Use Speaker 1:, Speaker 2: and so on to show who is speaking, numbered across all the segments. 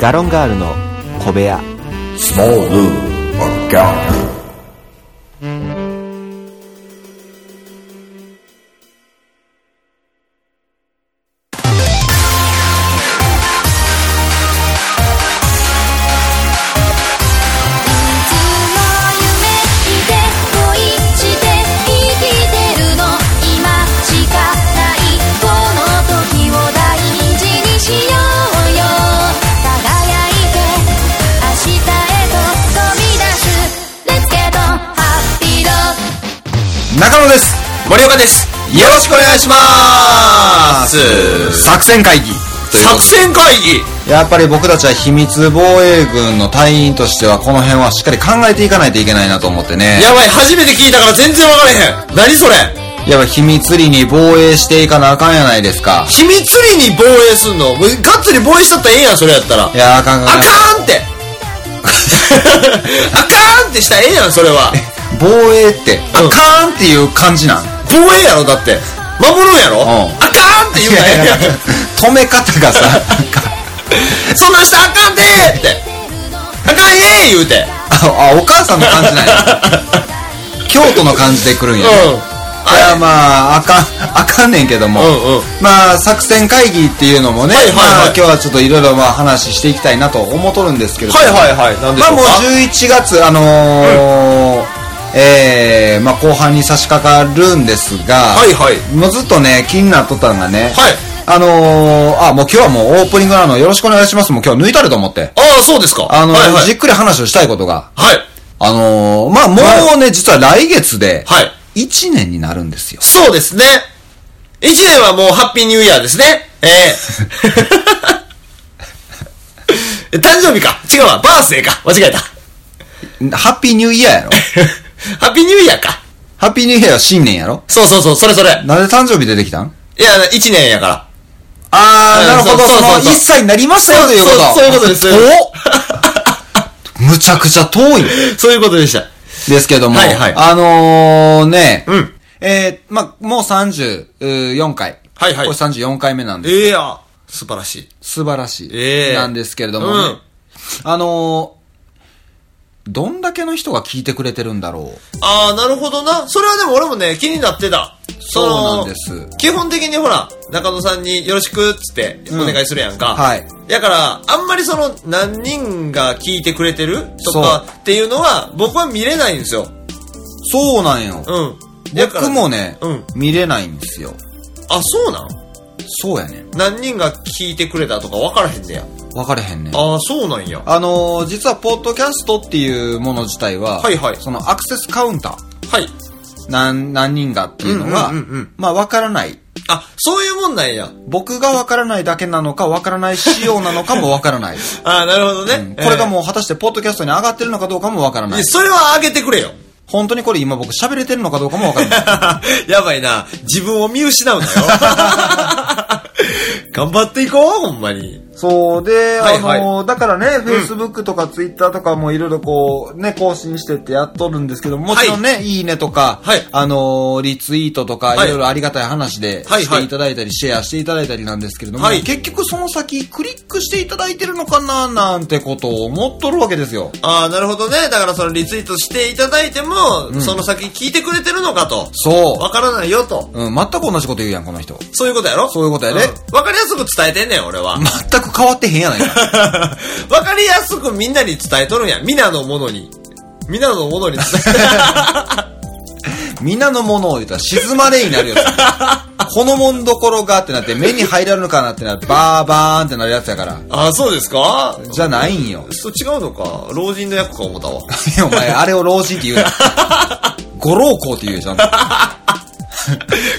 Speaker 1: ガロンガールの小部屋
Speaker 2: Small Room or Dark Room.
Speaker 3: いつも夢見て恋して生きてるの今しかないこの時を大事にしようよ輝いて明日へと飛び出す Let's get on happy road
Speaker 4: 中野です
Speaker 5: 森岡です
Speaker 4: よろしくお願いします作戦会議
Speaker 5: 作戦会議
Speaker 4: やっぱり僕たちは秘密防衛軍の隊員としてはこの辺はしっかり考えていかないといけないなと思ってね
Speaker 5: やばい初めて聞いたから全然分からへん何それ
Speaker 4: やっぱ秘密裏に防衛していかなあかんやないですか
Speaker 5: 秘密裏に防衛すんのもうがっつり防衛しとったらええやんそれやったらあ
Speaker 4: いやあかんあ
Speaker 5: か
Speaker 4: か
Speaker 5: ー
Speaker 4: ん
Speaker 5: んって あかーんってしたらええやんそれは
Speaker 4: 防衛ってあ
Speaker 5: うん
Speaker 4: かんっていう感じなん
Speaker 5: 防衛やろだって守るんやろ、
Speaker 4: ん
Speaker 5: あかーんって言うなええやん
Speaker 4: 止め方がさなんか
Speaker 5: そんな人あかんでーってあかんえー言うて
Speaker 4: ああお母さんの感じなんや 京都の感じで来るんや、ね
Speaker 5: うん
Speaker 4: いやまああかん あかんねんけども、
Speaker 5: うんうん
Speaker 4: まあ作戦会議っていうのもね、
Speaker 5: はいはいはい
Speaker 4: まあ、今日はちょっといろいろまあ話していきたいなと思っとるんですけれども、
Speaker 5: はいはいはい何でし
Speaker 4: ま
Speaker 5: ょうか
Speaker 4: あもう11月あのーえーまあ、後半に差し掛かるんですが、
Speaker 5: はいはい
Speaker 4: もうずっとね気になっとったんがね、
Speaker 5: はい
Speaker 4: あのーあもう今日はもうオープニングなのよろしくお願いしますもう今日抜いたると思って
Speaker 5: ああそうですか
Speaker 4: あのー
Speaker 5: はいはい
Speaker 4: じっくり話をしたいことが
Speaker 5: はい
Speaker 4: あのーまあもうね、実は来月で
Speaker 5: はい
Speaker 4: 1年になるんですよ
Speaker 5: そうですね。一年はもうハッピーニューイヤーですね。え え誕生日か。違うわ。バースデーか。間違えた。
Speaker 4: ハッピーニューイヤーやろ
Speaker 5: ハッピーニューイヤーか。
Speaker 4: ハッピーニューイヤーは新年やろ
Speaker 5: そうそうそう、それそれ。
Speaker 4: なんで誕生日出てきたん
Speaker 5: いや、一年やから。
Speaker 4: あ
Speaker 5: ーなるほど
Speaker 4: その
Speaker 5: そうそうそう
Speaker 4: 1歳になりましたよということ
Speaker 5: そうそういうことですそういうこ
Speaker 4: おむちゃくちゃ遠い
Speaker 5: そういうことでした。
Speaker 4: ですけども、
Speaker 5: はいはい
Speaker 4: あのー、ね、
Speaker 5: うん
Speaker 4: えー、まあ、もう34回。
Speaker 5: はいはい
Speaker 4: これ34回目なんです。
Speaker 5: ええやん。素晴らしい。
Speaker 4: 素晴らしい。
Speaker 5: ええ
Speaker 4: なんですけれどもね、
Speaker 5: うん
Speaker 4: あのー、どんだけの人が聞いてくれてるんだろう。
Speaker 5: ああ、なるほどな。それはでも俺もね、気になってた。その
Speaker 4: そうなんです
Speaker 5: 基本的にほら、中野さんによろしくっつってお願いするやんか。
Speaker 4: うんはい。
Speaker 5: だから、あんまりその、何人が聞いてくれてるとかっていうのは、僕は見れないんですよ。
Speaker 4: そうなんよ。
Speaker 5: うん。だから
Speaker 4: 僕もね、
Speaker 5: うん。
Speaker 4: 見れないんですよ。
Speaker 5: あ、そうなん
Speaker 4: そうやね。
Speaker 5: 何人が聞いてくれたとか分からへんねや。
Speaker 4: 分かれへんね。
Speaker 5: ああ、そうなんや。は
Speaker 4: あのー、実は、ポッドキャストっていうもの自体は、
Speaker 5: はいはい
Speaker 4: そのアクセスカウンター、
Speaker 5: い。
Speaker 4: 何、何人がっていうの
Speaker 5: う
Speaker 4: が、
Speaker 5: んうんうんうん
Speaker 4: まあ、わからない。
Speaker 5: あ、そういうもんなんや。
Speaker 4: 僕がわからないだけなのか、わからない仕様なのかもわから ない。
Speaker 5: ああ、なるほどね。
Speaker 4: うんこれが
Speaker 5: う、
Speaker 4: もう果たしてポッドキャストに上がってるのかどうかもわからない
Speaker 5: や。それはあげてくれよ。
Speaker 4: 本当にこれ今僕喋れてるのかどうかもわからない。
Speaker 5: やばいな。自分を見失うなよ。 頑張っていこう、ほんまに。
Speaker 4: そうで、
Speaker 5: はいはい
Speaker 4: あの、だからね、Facebook とか Twitter とかもいろいろこう、ね、更新してってやっとるんですけど、もちろんね、い、いねとか、
Speaker 5: はい
Speaker 4: あの、リツイートとか、
Speaker 5: はい
Speaker 4: いろいろありがたい話で
Speaker 5: はい
Speaker 4: していただいたり、シェアしていただいたりなんですけれども、
Speaker 5: はい
Speaker 4: 結局その先クリックしていただいてるのかななんてことを思っとるわけですよ。
Speaker 5: ああ、なるほどね。だからそのリツイートしていただいても、その先聞いてくれてるのかと。わ
Speaker 4: そ
Speaker 5: からないよと。
Speaker 4: う。うん、全く同じこと言うやん、この人。
Speaker 5: そういうことやろ
Speaker 4: そういうことやね
Speaker 5: んわ、かりやすく伝えてんねん、 俺は。
Speaker 4: 全く変わってへんやないか。
Speaker 5: わかりやすくみんなに伝えとるんや。皆のものに。皆のものに伝
Speaker 4: 皆のものを言ったら静まれになるやつ。このもんどころがってなって、目に入らぬかなってなる、バーバーンってなるやつやから。
Speaker 5: え。 ああ、そうですか
Speaker 4: じゃないんよ。
Speaker 5: そう違うのか。老人の役か思ったわ。
Speaker 4: いやお前、あれを老人って言うな。ご老公って言うよちゃんと。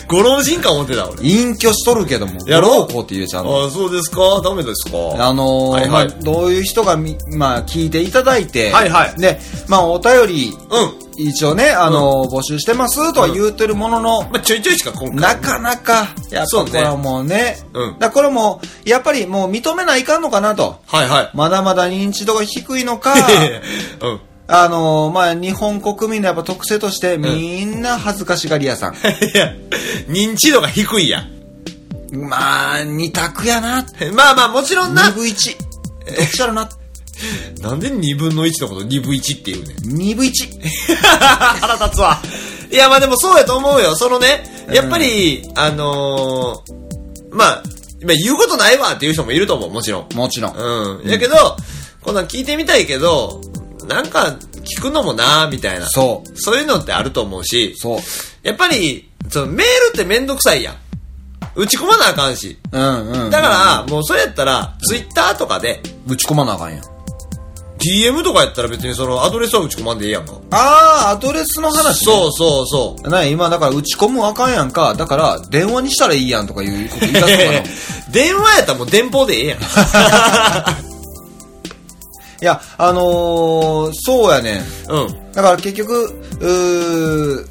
Speaker 5: ご老人か思ってた、俺。
Speaker 4: 隠居しとるけども、ご
Speaker 5: やろ
Speaker 4: 老公って言うよちゃんと。
Speaker 5: ああ、そうですかダメですか
Speaker 4: あのー
Speaker 5: はい
Speaker 4: ま
Speaker 5: は
Speaker 4: あ
Speaker 5: い、
Speaker 4: どういう人がみ、まあ、聞いていただいて、
Speaker 5: はいはい
Speaker 4: で、まあ、お便り、
Speaker 5: うん。
Speaker 4: 一応ね、あのー募集してますとは言うてるものの、
Speaker 5: まあ、ちょいちょいしか今回。
Speaker 4: なかなか、やっ
Speaker 5: そ
Speaker 4: ぱ
Speaker 5: う
Speaker 4: こ
Speaker 5: ね
Speaker 4: れはもうね、
Speaker 5: うん
Speaker 4: だからこれも、やっぱりもう認めないかんのかなと。
Speaker 5: はいはい。
Speaker 4: まだまだ認知度が低いの か、
Speaker 5: うん。
Speaker 4: あのーまあ、日本国民のやっぱ特性として、みんな恥ずかしがり屋さん。
Speaker 5: いや、認知度が低いやん。
Speaker 4: まあ、二択やな。
Speaker 5: まあまあ、もちろんな、
Speaker 4: 二分一。どっちやろな。
Speaker 5: なんで2分の1のこと2分1って言うねん。
Speaker 4: 2分1。
Speaker 5: 腹立つわ。いや、まあでもそうやと思うよ。そのね、やっぱり、あのーまあ、まあ言うことないわっていう人もいると思う、もちろん。
Speaker 4: もちろん。
Speaker 5: うん。やけど、こんなん聞いてみたいけど、なんか聞くのもなみたいな。
Speaker 4: そう。
Speaker 5: そういうのってあると思うし、
Speaker 4: そう。
Speaker 5: やっぱり、そのメールってめんどくさいやん。打ち込まなあかんし。
Speaker 4: うんうん。
Speaker 5: だから、もうそれやったら、ツイッターとかで、
Speaker 4: ぶち込まなあかんやん。
Speaker 5: DM とかやったら別にそのアドレスは打ち込まんでええやんか。
Speaker 4: あー、アドレスの話、ね。
Speaker 5: そうそうそう。
Speaker 4: う。なに今、だから打ち込むあかんやんか。だから、電話にしたらいいやんとかいうこと言い出すのかな。い
Speaker 5: 電話やったらもう電報でええや ん。
Speaker 4: や、あのー、そうやねん。
Speaker 5: うん。
Speaker 4: だから結局、うー、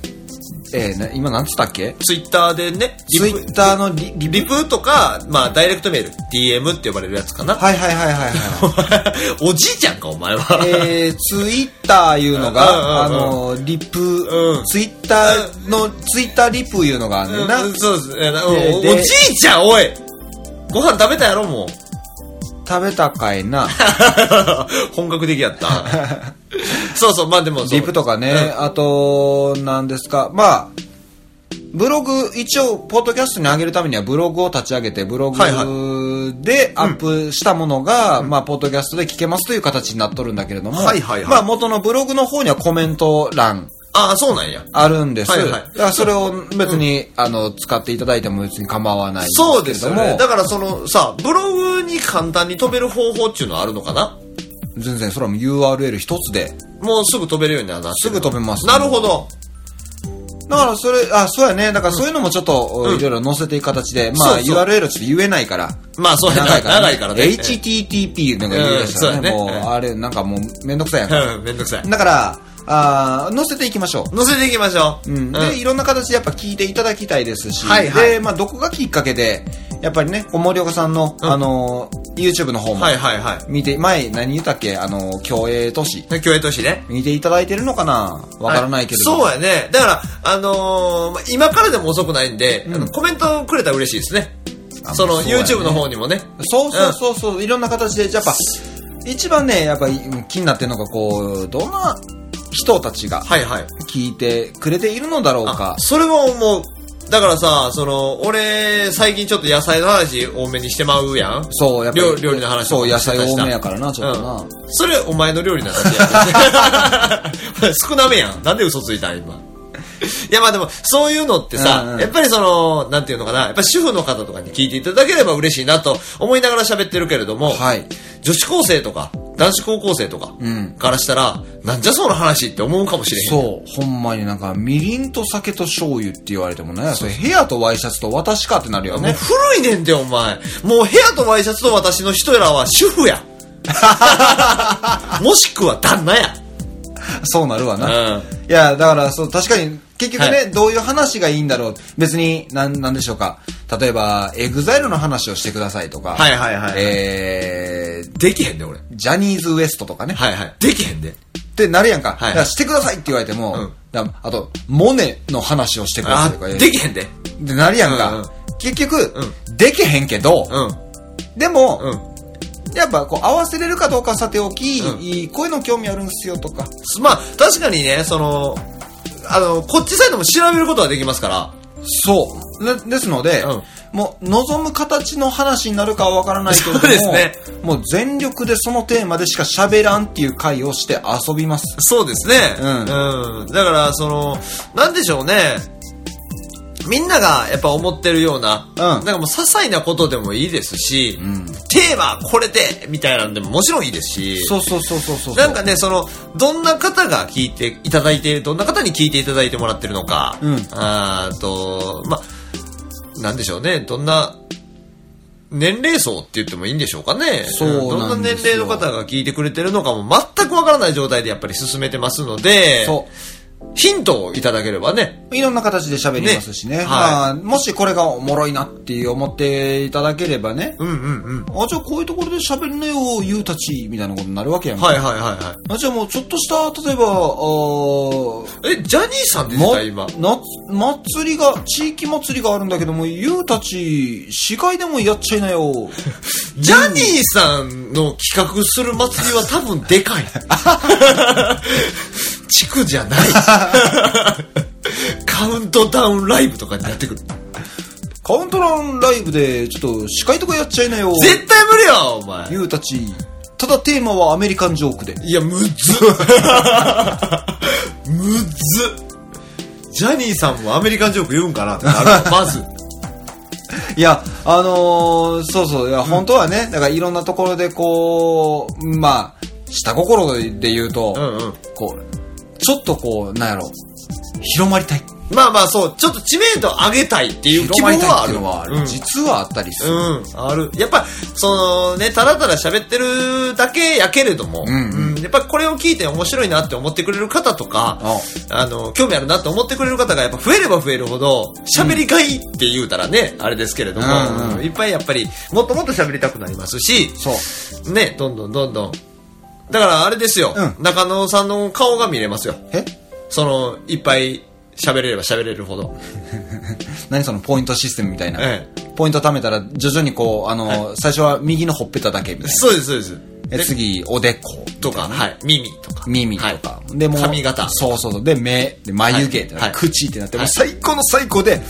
Speaker 4: えー、な今なんつったっけ
Speaker 5: ツイッターでね、リ
Speaker 4: ツイ
Speaker 5: プ
Speaker 4: ッターのリリ
Speaker 5: リプとか、まあ、ダイレクトメール、DM って呼ばれるやつかな。
Speaker 4: はいはいはいはいは
Speaker 5: おじいちゃんか、お前は。
Speaker 4: い。えー、ツイッターいうのが、あ
Speaker 5: うんうんうん
Speaker 4: のー、リプ、
Speaker 5: うん
Speaker 4: ツイッターの、ツイッターリプいうのがあんねんな。
Speaker 5: うん
Speaker 4: 食
Speaker 5: そうです。えなおお
Speaker 4: でで
Speaker 5: じいちゃん、おいご飯食べたやろ、もう。
Speaker 4: べたかいな。
Speaker 5: 本格的や った。そうそう、まあでもそう。
Speaker 4: リプとかね、あと、何ですか、まあ、ブログ、一応、ポッドキャストに上げるためにはブログを立ち上げて、ブログ
Speaker 5: はいは
Speaker 4: でアップしたものが、まあ、ポッドキャストで聞けますという形になっとるんだけれども、
Speaker 5: はいはいはい
Speaker 4: まあ、元のブログの方にはコメント欄
Speaker 5: ああ、そうなんや。
Speaker 4: あるんです。
Speaker 5: はいはい
Speaker 4: だからそれを別に、あの、使っていただいても別に構わないんですけれども。
Speaker 5: そうですよね。だからそのさ、ブログに簡単に飛べる方法っていうのはあるのかな
Speaker 4: 全然、それはもう URL 一つで。
Speaker 5: もうすぐ飛べるようにはなってる
Speaker 4: すぐ飛べます
Speaker 5: なるほど。
Speaker 4: だからそれ、あ、そうやね。だからそういうのもちょっと、
Speaker 5: うん
Speaker 4: いろいろ載せていく形で、まあ
Speaker 5: そうそう
Speaker 4: URL ちょっと言えないから。
Speaker 5: まあそうやな
Speaker 4: 長いから、ね。
Speaker 5: 長いからね
Speaker 4: HTTP なんか言い出したらね、
Speaker 5: うんそ
Speaker 4: も
Speaker 5: う
Speaker 4: う、
Speaker 5: やね
Speaker 4: あれ、なんかもうめんどくさいやんか。
Speaker 5: うん、めんどくさい。
Speaker 4: だから、あー載せていきましょう。
Speaker 5: 乗せていきましょう。
Speaker 4: うん、
Speaker 5: う
Speaker 4: で、
Speaker 5: ん
Speaker 4: いろんな形でやっぱ聞いていただきたいですし、
Speaker 5: はいはい
Speaker 4: で、まあ、どこがきっかけで、やっぱりね、こう森岡さんの、
Speaker 5: うん
Speaker 4: あのー、YouTube の方も
Speaker 5: はいはいはい。
Speaker 4: 見て、前何言ったっけあのー、競泳都市。
Speaker 5: 共栄都市ね。
Speaker 4: 見ていただいてるのかなわからないけれども。
Speaker 5: そうやね。だから、あのーまあ今からでも遅くないんで、あのコメントくれたら嬉しいですね。
Speaker 4: あ
Speaker 5: そ
Speaker 4: ま
Speaker 5: の、
Speaker 4: あそうやね
Speaker 5: YouTube の方にもね。
Speaker 4: そうそうそうそう、いろんな形で、やっぱ、一番ね、やっぱ気になってるのが、こう、どんな人たちが
Speaker 5: はいはい。
Speaker 4: 聞いてくれているのだろう
Speaker 5: あ
Speaker 4: か。
Speaker 5: それも思う。だからさ、その、俺、最近ちょっと野菜の話多めにしてまうやん。
Speaker 4: そう、やっぱ
Speaker 5: 料料理の話
Speaker 4: そう、野菜多めや
Speaker 5: か
Speaker 4: からな、ちょっとな。
Speaker 5: うん、それお前の料理の話や 少なめやんなんで嘘ついたん今いやまあでもそういうのってさ、
Speaker 4: うんうん
Speaker 5: やっぱりそのなんていうのかなやっぱ主婦の方とかに聞いていただければ嬉しいなと思いながら喋ってるけれども、
Speaker 4: はい。
Speaker 5: 女子高生とか男子高校生とか
Speaker 4: うん
Speaker 5: からしたら、なんじゃその話って思うかもしれへん
Speaker 4: そう、ほんまになんか、みりんと酒と醤油って言われてもね、それ部屋とワイシャツと私かってなるよ
Speaker 5: もう
Speaker 4: ね。
Speaker 5: 古いねんてお前もう部屋とワイシャツと私の人らは主婦 やもしくは旦那や
Speaker 4: そうなるわな。
Speaker 5: うん
Speaker 4: いや、だから、そう、確かに、結局ね、
Speaker 5: は
Speaker 4: どういう話がいいんだろう。別に、なん、なんでしょうか。例えば、エグザイルの話をしてくださいとか。
Speaker 5: はいはいはいはい
Speaker 4: えー、
Speaker 5: できへんで俺
Speaker 4: ジャニーズ WEST とかね。
Speaker 5: はいはいできへんで
Speaker 4: ってなるやんか。
Speaker 5: はい
Speaker 4: だからしてくださいって言われても、
Speaker 5: うん
Speaker 4: だからあと、モネの話をしてくださ
Speaker 5: あ
Speaker 4: いとか言う
Speaker 5: できへんで
Speaker 4: ってなるやんか。
Speaker 5: うんうん
Speaker 4: 結局、
Speaker 5: う
Speaker 4: できへんけど、
Speaker 5: うん
Speaker 4: でも、
Speaker 5: うん
Speaker 4: やっぱこう合わせれるかどうかはさておき、
Speaker 5: うん
Speaker 4: いいこういうの興味あるんすよとか。
Speaker 5: まあ確かにねそのあのこっちサイドも調べることはできますから
Speaker 4: そう。なですので、
Speaker 5: うん
Speaker 4: もう望む形の話になるかはわからないけれども、
Speaker 5: そうですね
Speaker 4: もう全力でそのテーマでしか喋らんっていう回をして遊びます。
Speaker 5: そうですね
Speaker 4: うん
Speaker 5: うん、だからそのなんでしょうねみんながやっぱ思ってるような、
Speaker 4: ん
Speaker 5: なんかもう些細なことでもいいですし、テーマこれでみたいなんでももちろんいいですし、
Speaker 4: そうそうそうそうそう。
Speaker 5: なんかね、その、どんな方が聞いていただいている、どんな方に聞いていただいてもらってるのか、
Speaker 4: うん
Speaker 5: あーと、ま、なんでしょうね、どんな、年齢層って言ってもいいんでしょうかね。
Speaker 4: そうな
Speaker 5: ど
Speaker 4: ん
Speaker 5: ん
Speaker 4: で
Speaker 5: な
Speaker 4: す
Speaker 5: 年
Speaker 4: よ
Speaker 5: 齢の方が聞いてくれてるのかも全くわからない状態でやっぱり進めてますので、
Speaker 4: そう。
Speaker 5: ヒントをいただければね。
Speaker 4: いろんな形で喋りますしね。
Speaker 5: ねはい
Speaker 4: まあ、もしこれがおもろいなっていう思っていただければね。
Speaker 5: うんうんうん。
Speaker 4: あ、じゃあこういうところで喋るなよ、ゆうたち、みたいなことになるわけやんか。
Speaker 5: はいはいはいは
Speaker 4: あ、じゃあもうちょっとした、例えば、あー
Speaker 5: い。え、ジャニーさんでした今。
Speaker 4: な、祭り が、地域祭りがあるんだけども、ゆうたち、市会でもやっちゃいなよ。
Speaker 5: ジャニーさんの企画する祭りは多分で かい。地区じゃない。カウントダウンライブとかになってくる。
Speaker 4: カウントダウンライブで、ちょっと司会とかやっちゃいなよ。
Speaker 5: 絶対無理よ、お前。
Speaker 4: ゆうたち。ただテーマはアメリカンジョークで。
Speaker 5: いや、むずっむずっジャニーさんもアメリカンジョーク言うんかなってな る。まず。
Speaker 4: いや、あのーそうそう、いや、本当はね、だからいろんなところでこう、まあ、下心で言うと、
Speaker 5: うんうん
Speaker 4: こう、ちょっとこう、なんやろ、広まりたい。
Speaker 5: まあまあそう、ちょっと知名度上げたいっていう
Speaker 4: 広
Speaker 5: 希望
Speaker 4: まりたい
Speaker 5: は
Speaker 4: っ
Speaker 5: あ
Speaker 4: てい
Speaker 5: る。
Speaker 4: うのはある。
Speaker 5: うん
Speaker 4: 実はあったりする。
Speaker 5: うん、ある。やっぱ、そのね、ただただ喋ってるだけやけれども、
Speaker 4: んうん
Speaker 5: やっぱこれを聞いて面白いなって思ってくれる方とか、
Speaker 4: あ
Speaker 5: あの、興味あるなって思ってくれる方がやっぱ増えれば増えるほど、喋りがいいって言うたらね、あれですけれども、
Speaker 4: うんうん
Speaker 5: いっぱいやっぱり、もっともっと喋りたくなりますし、
Speaker 4: そう。
Speaker 5: ね、どんどんどんどん。だからあれですよ、
Speaker 4: う
Speaker 5: 中野さんの顔が見れますよ。
Speaker 4: え
Speaker 5: その、いっぱい喋れれば喋れるほ ど。
Speaker 4: 何そのポイントシステムみたいな。
Speaker 5: え
Speaker 4: ポイント貯めたら徐々にこう、あのー最初は右のほっぺただけみたい
Speaker 5: そうです、そうです。
Speaker 4: な。え
Speaker 5: で
Speaker 4: 次、おでこ。
Speaker 5: とか、はい、耳とか。
Speaker 4: 耳とか。
Speaker 5: はい
Speaker 4: でもう
Speaker 5: 髪型。
Speaker 4: そうそうそう。で、目、で眉毛ってなって、
Speaker 5: はい
Speaker 4: 口ってなって、もう
Speaker 5: はい
Speaker 4: 最高の最高で、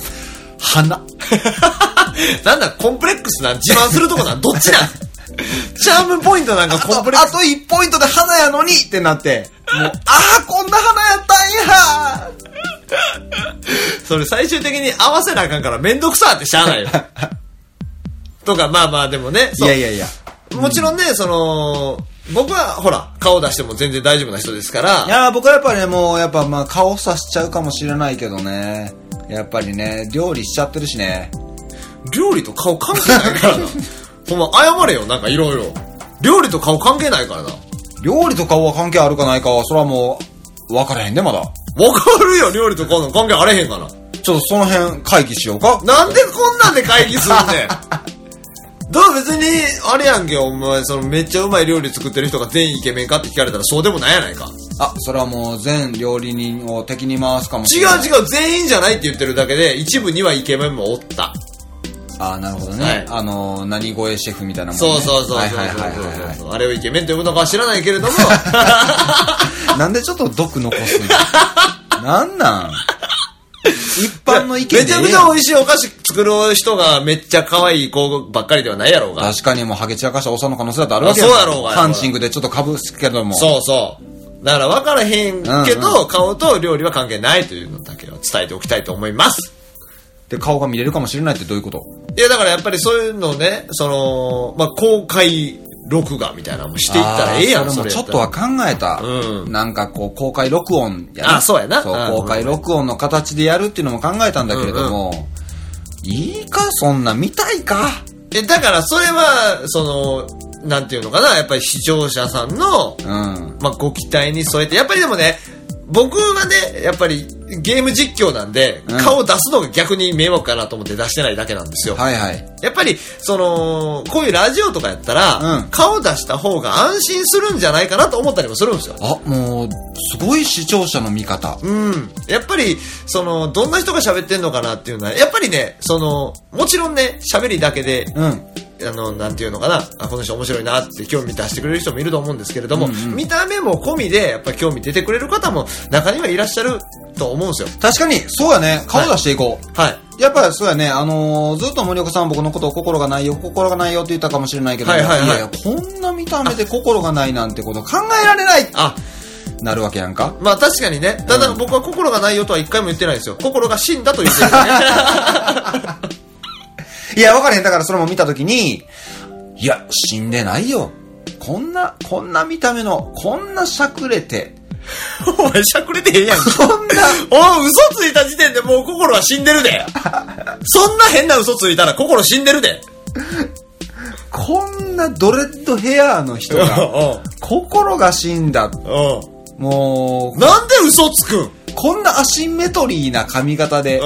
Speaker 4: 鼻。
Speaker 5: なんだ、コンプレックスなん自慢するとこなんどっちなん チャームポイントなんか
Speaker 4: あと、
Speaker 5: コ
Speaker 4: あ
Speaker 5: ンプレックス。
Speaker 4: と1ポイントで花やのにってなって、もう、ああ、こんな花やったんや
Speaker 5: それ最終的に合わせなあかんからめんどくさってしゃあ ないよ。とか、まあまあでもね。そう
Speaker 4: いやいやいや。
Speaker 5: もちろんね、その、僕はほら、顔出しても全然大丈夫な人ですから
Speaker 4: い、やー僕はやっぱりね、もう、やっぱまあ、顔さしちゃうかもしれないけどね。やっぱりね、料理しちゃってるしね。
Speaker 5: 料理と顔関係ない からな。ほんま、謝れよ、なんかいろいろ。料理と顔関係ないからな。
Speaker 4: 料理と顔は関係あるかないかは、それはもう、分からへんで、まだ。
Speaker 5: わかるよ、料理と顔の関係あれへんから。
Speaker 4: ちょっとその辺、会議しようか。
Speaker 5: なんでこんなんで会議すんねん。だから別に、あれやんけ、お前、そのめっちゃうまい料理作ってる人が全員イケメンかって聞かれたらそうでもないやないか。
Speaker 4: あ、それはもう、全料理人を敵に回すかもし
Speaker 5: 違
Speaker 4: れない。
Speaker 5: う違う、全員じゃないって言ってるだけで、一部にはイケメンもおった。
Speaker 4: ああ、なるほどね。
Speaker 5: はい
Speaker 4: あのー、何声シェフみたいなもん、ね。
Speaker 5: そうそうそうそうそう。
Speaker 4: はいはいはいはいはい。
Speaker 5: あれをイケメンと呼ぶのかは知らないけれど も、
Speaker 4: なんでちょっと毒残すのなんなん一般の意見でえ
Speaker 5: めちゃくちゃ美味しいお菓子作る人がめっちゃ可愛い子ばっかりではないやろうが。
Speaker 4: 確かにもうハゲ散らかしたおっさんの可能性だってあるわけん
Speaker 5: あそうやろうが
Speaker 4: ハンチングでちょっとかぶすけども。
Speaker 5: そうそう。だから分からへんけど、
Speaker 4: うん
Speaker 5: 顔と料理は関係ないというのだけは伝えておきたいと思います。
Speaker 4: で、顔が見れるかもしれないってどういうこと
Speaker 5: いや、だからやっぱりそういうのをね、その、まあ、公開録画みたいなのもしていったらええや
Speaker 4: あ
Speaker 5: ん、
Speaker 4: ー
Speaker 5: そ
Speaker 4: それも
Speaker 5: れ
Speaker 4: ち
Speaker 5: や
Speaker 4: ょったと
Speaker 5: ら
Speaker 4: は考えた。
Speaker 5: うん
Speaker 4: なんかこう、公開録音や
Speaker 5: あそうやなうん
Speaker 4: 公開録音の形でやるっていうのも考えたんだけれども、いいかそんな見たいか
Speaker 5: え、だからそれは、その、なんていうのかな、やっぱり視聴者さんの、
Speaker 4: うん。
Speaker 5: まあ、ご期待に添えて、やっぱりでもね、僕はね、やっぱりゲーム実況なんで、
Speaker 4: うん
Speaker 5: 顔を出すのが逆に迷惑かなと思って出してないだけなんですよ。
Speaker 4: はいはい。
Speaker 5: やっぱり、その、こういうラジオとかやったら、
Speaker 4: うん
Speaker 5: 顔出した方が安心するんじゃないかなと思ったりもするんですよ。
Speaker 4: あ、もう、すごい視聴者の見方。
Speaker 5: うん。やっぱり、その、どんな人が喋ってんのかなっていうのは、やっぱりね、その、もちろんね、喋りだけで、
Speaker 4: うん。
Speaker 5: あの、なんていうのかな、あ、この人面白いなって興味出してくれる人もいると思うんですけれども、見た目も込みで、やっぱ興味出てくれる方も中にはいらっしゃると思うんですよ。
Speaker 4: 確かに、そうやね。顔出していこう。
Speaker 5: はい。
Speaker 4: やっぱりそうやね、あのーずっと森岡さん僕のことを心がないよ、心がないよって言ったかもしれないけど、
Speaker 5: はいはいはい
Speaker 4: やいや、こんな見た目で心がないなんてこと考えられない
Speaker 5: あ、
Speaker 4: なるわけやんか。
Speaker 5: まあ確かにね、ただ僕は心がないよとは一回も言ってないですよ。心が死んだと言ってる、ね。
Speaker 4: いや、わかれへん。だからそれも見たときに、いや、死んでないよ。こんな、こんな見た目の、こんなしゃくれて、
Speaker 5: お前しゃくれてへんやんけ。
Speaker 4: こんな、
Speaker 5: おう嘘ついた時点でもう心は死んでるで。そんな変な嘘ついたら心死んでるで。
Speaker 4: こんなドレッドヘアーの人 が、
Speaker 5: う
Speaker 4: 心が死んだ。
Speaker 5: ん。うん。
Speaker 4: もう、
Speaker 5: なんで嘘つくんうん。
Speaker 4: こんなアシンメトリーな髪型で、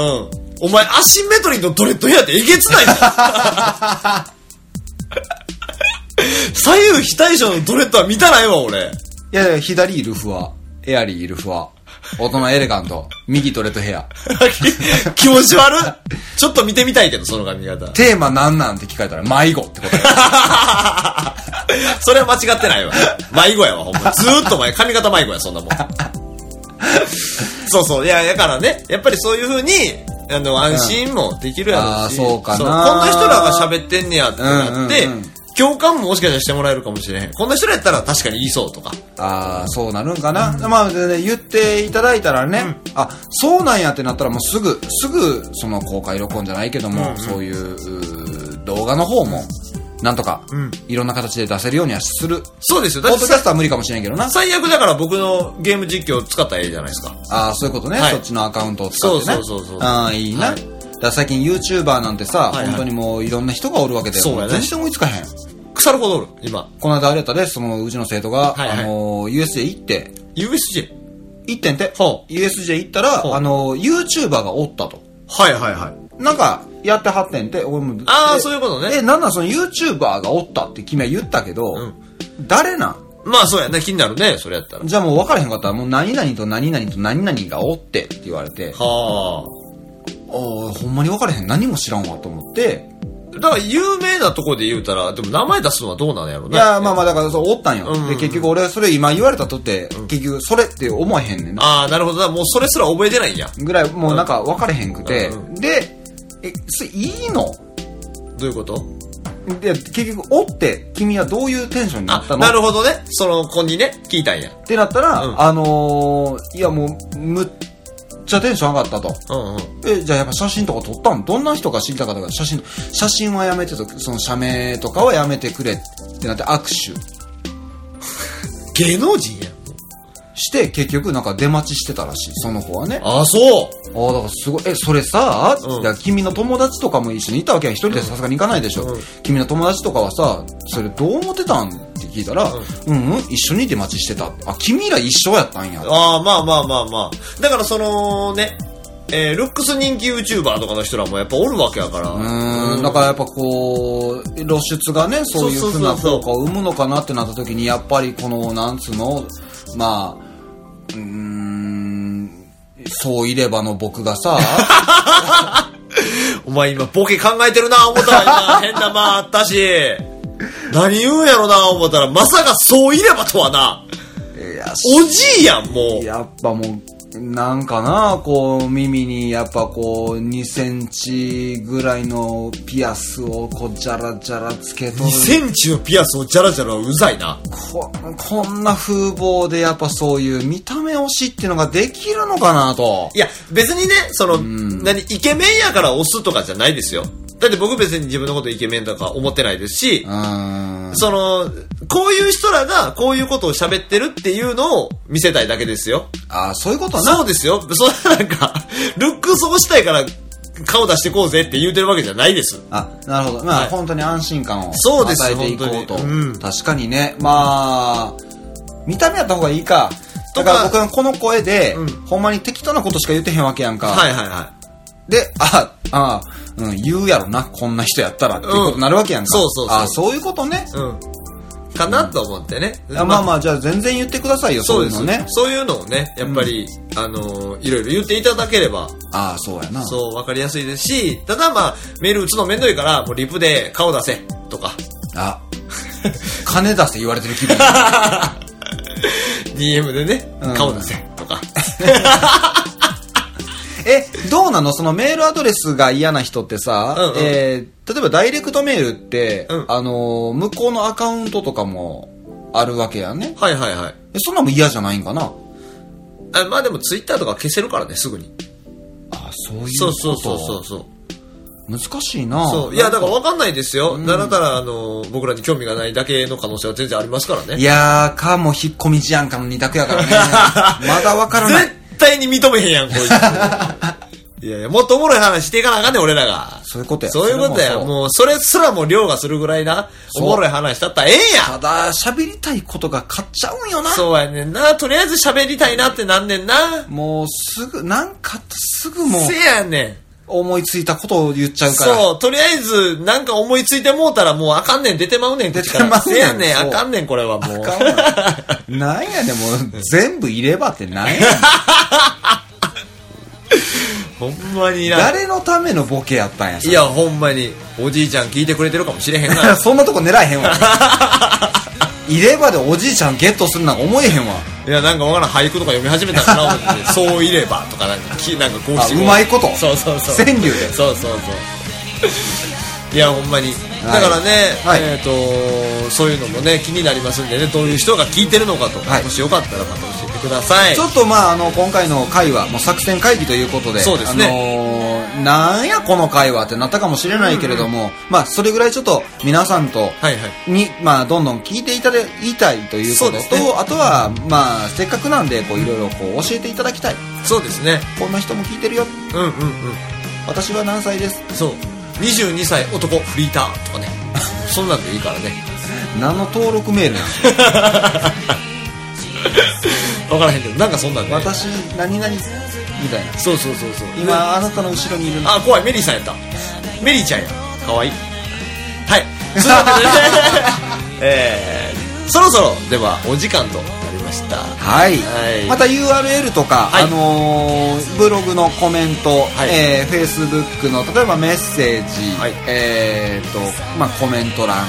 Speaker 5: お前、アシンメトリーのドレッドヘアってえげつないぞ。左右非対称のドレッドは見たないわ、俺。
Speaker 4: いやいや、左いるふわ。エアリーいるふわ。大人エレガント。右とレッドヘア。
Speaker 5: 気持ち悪っちょっと見てみたいけど、その髪型。
Speaker 4: テーマなんなんって聞かれたら迷子って答え。
Speaker 5: それは間違ってないわ。迷子やわ、ほんまに。ずーっと前、髪型迷子や、そんな もん。そうそう。いや、だからね、やっぱりそういう風に、あの、安心もできるやろうし、
Speaker 4: あーそうかな
Speaker 5: こんな人らが喋ってんねやってなって、
Speaker 4: うんうんうん
Speaker 5: 共感ももしかしたらしてもらえるかもしれへん。こんな人らやったら確かに言いそうとか。
Speaker 4: ああ、そうなるんかな。まあ、でね、言っていただいたらね、あ、そうなんやってなったらもうすぐ、すぐ、その公開録音じゃないけども、そういううー動画の方も、なんとか、いろんな形で出せるようにはする。
Speaker 5: そうですよ。
Speaker 4: ポ
Speaker 5: だ
Speaker 4: ッ
Speaker 5: っ
Speaker 4: ド
Speaker 5: て
Speaker 4: キャ
Speaker 5: さ
Speaker 4: ストは無理かもしれんけどな。
Speaker 5: 最悪だから僕のゲーム実況を使ったらええじゃないですか。
Speaker 4: ああ、そういうことね、
Speaker 5: はい
Speaker 4: そっちのアカウントを使ってね。
Speaker 5: そうそうそうそう
Speaker 4: ああ、いいな。
Speaker 5: はい
Speaker 4: だから最近 YouTuber なんてさ、
Speaker 5: いはい
Speaker 4: 本当にもういろんな人がおるわけで、
Speaker 5: そうやね
Speaker 4: 全然追いつかへん。
Speaker 5: 腐るほどおる、今。
Speaker 4: この間あれやったで、そのうちの生徒
Speaker 5: は
Speaker 4: が、
Speaker 5: いはい
Speaker 4: あのー、USJ 行って、
Speaker 5: USJ?
Speaker 4: 行ってんて
Speaker 5: ほ、う
Speaker 4: USJ 行ったら
Speaker 5: ほ、う
Speaker 4: あのー、YouTuber がおったと。
Speaker 5: はいはいはい。
Speaker 4: なんか、やってはってんて、俺も。
Speaker 5: あー
Speaker 4: で
Speaker 5: そういうことね
Speaker 4: え、なんなんその YouTuber がおったって君は言ったけど、誰なん
Speaker 5: まあそうやね、気になるね、それやったら。
Speaker 4: じゃあもう分からへんかったら、もう何々と何々と何々がおってって言われて、
Speaker 5: は
Speaker 4: おーほんまに分からへん。何も知らんわと思って、
Speaker 5: あ。だから有名なとこで言うたら、でも名前出すのはどうなんやろう
Speaker 4: い
Speaker 5: ね。
Speaker 4: や、まあまあ、だから、そう、おったんよ。
Speaker 5: うんうんうん
Speaker 4: で、結局、俺、それ今言われたとって、結局、それって思えへんねんな。
Speaker 5: ああ、なるほどな。もうそれすら覚えてないんや。
Speaker 4: ぐらい、もうなんか、分かれへんくて
Speaker 5: うん。
Speaker 4: で、え、それいいの
Speaker 5: どういうこと
Speaker 4: で、結局、おって、君はどういうテンションになっ
Speaker 5: あ
Speaker 4: た、の
Speaker 5: なるほどね。その子にね、聞いたんや。
Speaker 4: ってなったら、
Speaker 5: うん
Speaker 4: あのー、いや、もう、むっちゃテンション上がったと。
Speaker 5: うんうん。
Speaker 4: え、じゃあやっぱ写真とか撮ったのどんな人か知りたかったから、写真、写真はやめてと、その社名とかはやめてくれってなって握手
Speaker 5: 芸能人やん。
Speaker 4: して、結局なんか出待ちしてたらしい、その子はね。
Speaker 5: ああ、そう。
Speaker 4: ああ、だからすごい。え、それさ、
Speaker 5: うん
Speaker 4: いや君の友達とかも一緒にいたわけや。一人でさすがに行かないでしょ。
Speaker 5: うん
Speaker 4: 君の友達とかはさ、それどう思ってたんって聞いたら、うん、うん、一緒に出待ちしてた。あ、君ら一緒やったんや。
Speaker 5: ああ、まあまあまあまあ。だからそのね、えー、ルックス人気 YouTuber とかの人らもやっぱおるわけやから。
Speaker 4: うーん、だからやっぱこう、露出がね、そういうふうな効果を生むのかなってなった時に、やっぱりこの、なんつうの、まあ、うーん、そういればの僕がさ、
Speaker 5: お前今ボケ考えてるな思ったら今 変な間あったし。何言うんやろな思ったらまさかそういればとはな。
Speaker 4: いや
Speaker 5: おじいやんもう。
Speaker 4: やっぱもう、なんかな、こう、耳にやっぱこう、2センチぐらいのピアスをこう、じゃらじゃらつけ
Speaker 5: 2
Speaker 4: とる。
Speaker 5: センチのピアスをジャラジャラはうざいな。
Speaker 4: ここんな風貌でやっぱそういう見た目推しっていうのができるのかなと。
Speaker 5: いや、別にね、その、何、イケメンやから押すとかじゃないですよ。だって僕別に自分のことイケメンとか思ってないですし
Speaker 4: う、ーん。
Speaker 5: その、こういう人らがこういうことを喋ってるっていうのを見せたいだけですよ。
Speaker 4: あーそういうことな。
Speaker 5: そうですよ。そんななんか、ルックスをしたいから顔出してこうぜって言うてるわけじゃないです。
Speaker 4: あ、なるほど。まあ、
Speaker 5: はい
Speaker 4: 本当に安心感を
Speaker 5: そうです
Speaker 4: 与えていこうと。
Speaker 5: 本当にうん
Speaker 4: 確かにね。まあ、見た目やった方がいいか。だ
Speaker 5: とか
Speaker 4: から僕はこの声で、
Speaker 5: うん
Speaker 4: ほんまに適当なことしか言ってへんわけやんか。
Speaker 5: はいはいは
Speaker 4: で、あ、あ、うん、言うやろな、こんな人やったらっていうことになるわけやんか。
Speaker 5: そうそうそう
Speaker 4: あ、そういうことね。
Speaker 5: い。うん。かなと思ってね。
Speaker 4: あまあまあ、じゃあ全然言ってくださいよ、
Speaker 5: そ
Speaker 4: そう
Speaker 5: う
Speaker 4: い
Speaker 5: で
Speaker 4: う
Speaker 5: す
Speaker 4: の
Speaker 5: よね
Speaker 4: ね。。
Speaker 5: そういうのをね、やっぱり、あのーいろいろ言っていただければ、
Speaker 4: ああ、そうやな。
Speaker 5: そう、わかりやすいですし、ただまあ、メール打つのめんどいから、もうリプで顔出せ、とか、
Speaker 4: あ、 金出せ言われて る気分。
Speaker 5: DM でね
Speaker 4: うん、
Speaker 5: 顔出せ、とか。
Speaker 4: え、どうなのそのメールアドレスが嫌な人ってさ、
Speaker 5: うんうん
Speaker 4: えー例えばダイレクトメールって、
Speaker 5: うん
Speaker 4: あのー向こうのアカウントとかもあるわけやね。
Speaker 5: はいはいはい。
Speaker 4: えそんなんも嫌じゃないんかな
Speaker 5: あまあでも、ツイッターとか消せるからね、すぐに。
Speaker 4: あ、そういうこと。
Speaker 5: そうそうそうそうそう。
Speaker 4: 難しいな
Speaker 5: そう。いや、だから分かんないですよ。だから、あの、僕らに興味がないだけの可能性は全然ありますからね。
Speaker 4: いやー、かも引っ込み思案かの二択 やからね。まだわからない。
Speaker 5: 絶対に認めへんやん、こ いつ。いやいや、もっとおもろい話していかなあかんねん、俺らが。
Speaker 4: そういうことや
Speaker 5: そういうこと
Speaker 4: それ
Speaker 5: や。
Speaker 4: もそう
Speaker 5: もう、それすらも凌駕するぐらいな、
Speaker 4: そ
Speaker 5: お
Speaker 4: う
Speaker 5: もろい話だったらええん
Speaker 4: た
Speaker 5: や
Speaker 4: だ、喋りたいことが勝っちゃうんよな。
Speaker 5: そうやねんな。とりあえず喋りたいなってなんねんな。
Speaker 4: もうすぐ、なんかあったらすぐもう、
Speaker 5: せやねん。
Speaker 4: 思いついたことを言っちゃうから。
Speaker 5: そう、とりあえず、なんか思いついてもうたらもうあかんねん、出てまうねん、
Speaker 4: 出てまうねん
Speaker 5: せやねん、
Speaker 4: そ
Speaker 5: あ
Speaker 4: う
Speaker 5: かんねん、これはもう。
Speaker 4: かんない。なんやねん、もう、全部入れ歯って なんやねん。
Speaker 5: ほんまにな。
Speaker 4: 誰のためのボケやったんや、そ
Speaker 5: い
Speaker 4: れ
Speaker 5: や、ほんまに、おじいちゃん聞いてくれてるかもしれへん
Speaker 4: いや
Speaker 5: な。
Speaker 4: そんなとこ狙えへ んわ。入れ歯でおじいちゃんゲットするなんか思えへんわ。
Speaker 5: いや、なんかわからん、俳句とか読み始めたかな、思って。そういれば、とか、なんか、きなんか五七五
Speaker 4: あうまいこと
Speaker 5: そうそうそう。
Speaker 4: 川柳で
Speaker 5: そうそうそう。いや、ほんまに。だからね、
Speaker 4: はい
Speaker 5: えっ、と、そういうのもね、気になりますんでね、どういう人が聞いてるのかと、
Speaker 4: はい
Speaker 5: もしよかったらまた教えてください。
Speaker 4: ちょっとまああの今回の会はもう作戦会議ということで、
Speaker 5: そうですね
Speaker 4: あのーなんやこの会話ってなったかもしれないけれども、まあそれぐらいちょっと皆さんと、
Speaker 5: はいはい。
Speaker 4: に、まあ、どんどん聞いていただきたいという
Speaker 5: そ
Speaker 4: こ
Speaker 5: う
Speaker 4: と
Speaker 5: です
Speaker 4: と、
Speaker 5: ね
Speaker 4: あとは、まあ、せっかくなんで、こう、いろいろ、こう、教えていただきたい。
Speaker 5: そうですね。
Speaker 4: こんな人も聞いてるよ。
Speaker 5: うんうんうん。
Speaker 4: 私は何歳です。
Speaker 5: そう22歳男フリーターとかねそんなんでいいからね
Speaker 4: 何の登録メール なん
Speaker 5: 分からへんけどなんかそんなんで
Speaker 4: 私、何々、みたいな。
Speaker 5: そうそうそうそう
Speaker 4: 今、あなたの後ろにいるの。
Speaker 5: あ怖いメリーさんやったメリーちゃんやかわいいはいそんなわけでね えー、そろそろではお時間となりました
Speaker 4: はい、
Speaker 5: はい
Speaker 4: また URL とか、
Speaker 5: はい
Speaker 4: あのーブログのコメント、
Speaker 5: い
Speaker 4: えー、Facebook の例えばメッセージ、
Speaker 5: はい
Speaker 4: えーとまあ、コメント欄、
Speaker 5: い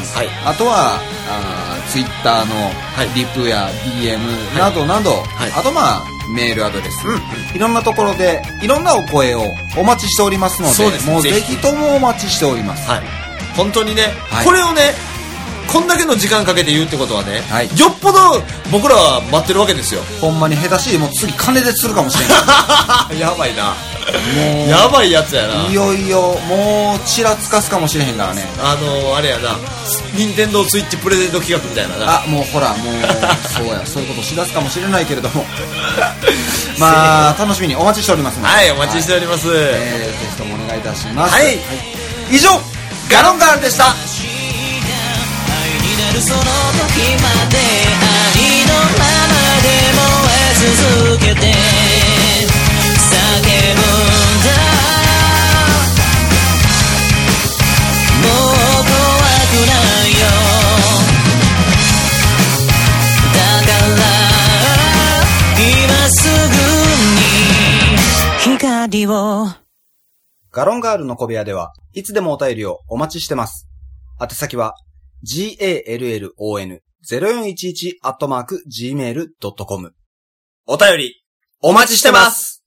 Speaker 4: あとはあー Twitter の
Speaker 5: い
Speaker 4: リプや DM などなど、
Speaker 5: い
Speaker 4: あとまあメールアドレス、
Speaker 5: うんうん
Speaker 4: いろんなところでいろんなお声をお待ちしておりますので
Speaker 5: そうですね
Speaker 4: もう
Speaker 5: ぜ
Speaker 4: ぜ
Speaker 5: ひ
Speaker 4: ひともお待ちしております
Speaker 5: はい本当にね、
Speaker 4: はい
Speaker 5: これをねこんだけの時間かけて言うってことはね、
Speaker 4: はい
Speaker 5: よっぽど僕らは待ってるわけですよ
Speaker 4: ほんまに下手しいもう次金で釣るかもしれない
Speaker 5: やばいな
Speaker 4: も う
Speaker 5: やばいやつやない
Speaker 4: よいよもうちらつかすかもしれへんからね
Speaker 5: あのあれやな任天堂スイッチプレゼント企画みたいなな
Speaker 4: あもうほらもうそう やそういうことしだすかもしれないけれどもまあ楽しみにお待ちしておりますので
Speaker 5: はいお待ちしております、
Speaker 4: はいえーぜひともお願いいたします
Speaker 5: はい
Speaker 4: 以上ガロンガールでした
Speaker 6: その時まで愛のままで燃え続けて叫ぶんだもう怖くないよだから今すぐに光を
Speaker 4: ガロンガールの小部屋では、いつでもお便りをお待ちしてます。宛先は、gallon0411-gmail.com。
Speaker 5: お便りお待ちしてます